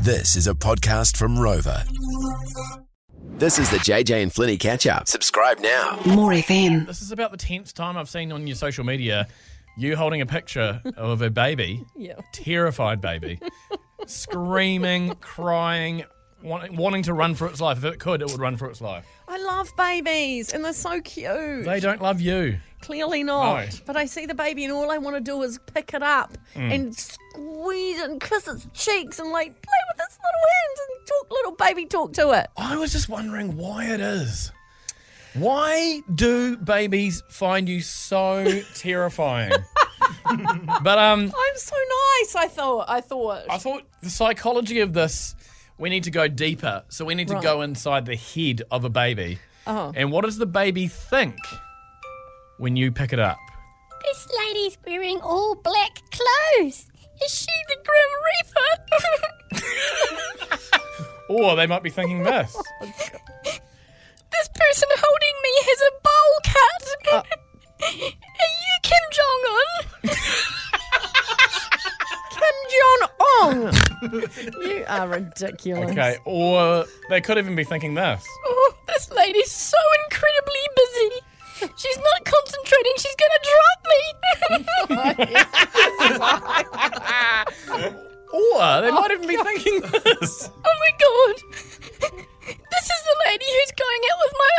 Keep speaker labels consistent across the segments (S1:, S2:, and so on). S1: This is a podcast from Rover. This is the JJ and Flinny catch up. Subscribe now.
S2: More FM.
S3: This is about the tenth time I've seen on your social media you holding a picture of a baby,
S4: Yeah.
S3: terrified baby, screaming, crying, wanting, wanting to run for its life. If it could, it would run for its life.
S4: I love babies and they're so cute.
S3: They don't love you.
S4: Clearly not.
S3: No.
S4: But I see the baby and all I want to do is pick it up
S3: Mm.
S4: and squeeze and kiss its cheeks and like play with its little hands and talk little baby talk to it.
S3: I was just wondering why it is. Why do babies find you so terrifying? but um,
S4: I'm so nice, I thought I thought.
S3: I thought the psychology of this, we need to go deeper. So we need to
S4: Right.
S3: go inside the head of a baby. And what does the baby think when you pick it up?
S5: This lady's wearing all black clothes. Is she the Grim Reaper?
S3: Or they might be thinking this.
S5: this person holding me has a bowl cut. Are you Kim Jong Un?
S4: Kim Jong Un. you are ridiculous.
S3: Okay. Or they could even be thinking this.
S5: Oh, this lady's so incredibly busy. She's not concentrating. She's gonna drop me.
S3: Or they might even be thinking this.
S5: oh my god. This is the lady who's going out with my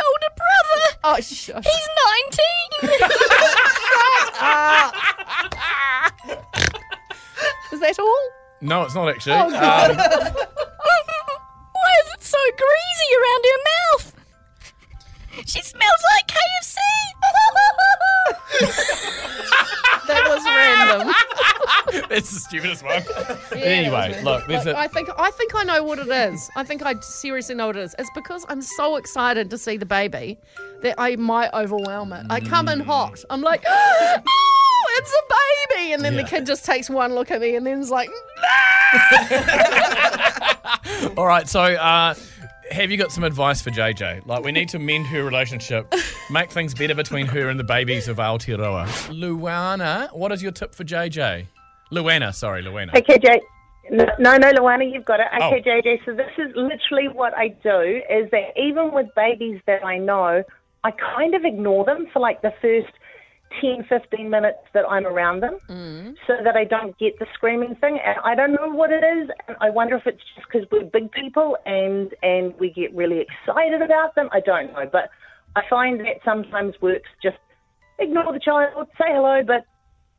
S5: older
S4: Oh shut
S5: brother. He's 19.
S4: Is that all?
S3: No, it's not actually. Um,
S5: Why is it so greasy around her mouth? She smells like KFC.
S4: That was random.
S3: it's the stupidest one. anyway, look, there's
S4: Look,
S3: a.
S4: I think I think I know what it is. I think I seriously know what it is. It's because I'm so excited to see the baby that I might overwhelm it. I come in hot. I'm like, oh, it's a baby, and then
S3: Yeah.
S4: the kid just takes one look at me and then's like, "Mm."
S3: All right, so uh, have you got some advice for JJ? Like, we need to mend her relationship, make things better between her and the babies of Aotearoa. Luana, what is your tip for JJ? Luana, sorry, Luana.
S6: Okay, Jay. No, no, no, Luana, you've got it. Okay,
S3: Oh.
S6: JJ. So this is literally what I do is that even with babies that I know, I kind of ignore them for like the first 10, 15 minutes that I'm around them so that I don't get the screaming thing. And I don't know what it is. And I wonder if it's just because we're big people and, and we get really excited about them. I don't know. But I find that sometimes works just ignore the child, say hello, but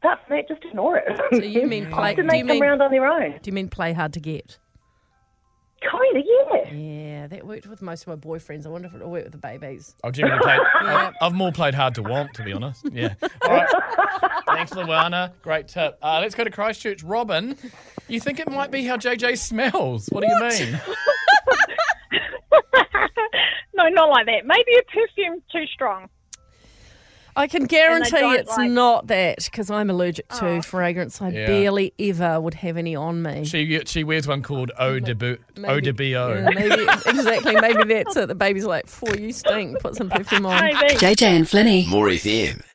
S6: apart from that, just ignore it. So
S4: you mean play-
S6: Often
S4: do
S6: they
S4: you
S6: come
S4: mean-
S6: round on their own.
S4: Do you mean play hard to get?
S6: Kind of, yeah.
S4: Yeah, that worked with most of my boyfriends. I wonder if it'll work with the babies.
S3: I've generally played. I've, I've more played hard to want, to be honest. Yeah. All right. Thanks, Luana. Great tip. Uh, let's go to Christchurch. Robin, you think it might be how JJ smells? What, do you mean?
S7: No, not like that. Maybe a perfume too strong.
S4: I can guarantee
S7: don't
S4: it's
S7: like- Oh.
S4: not that because I'm allergic to fragrance. I
S3: Yeah.
S4: barely ever would have any on me.
S3: She she wears one called O de Bu- O de B.O.
S4: Yeah, maybe, exactly. Maybe that's it. The baby's like, "For you stink. Put some perfume on."
S7: Maybe.
S2: JJ and Flinny.
S1: More FM.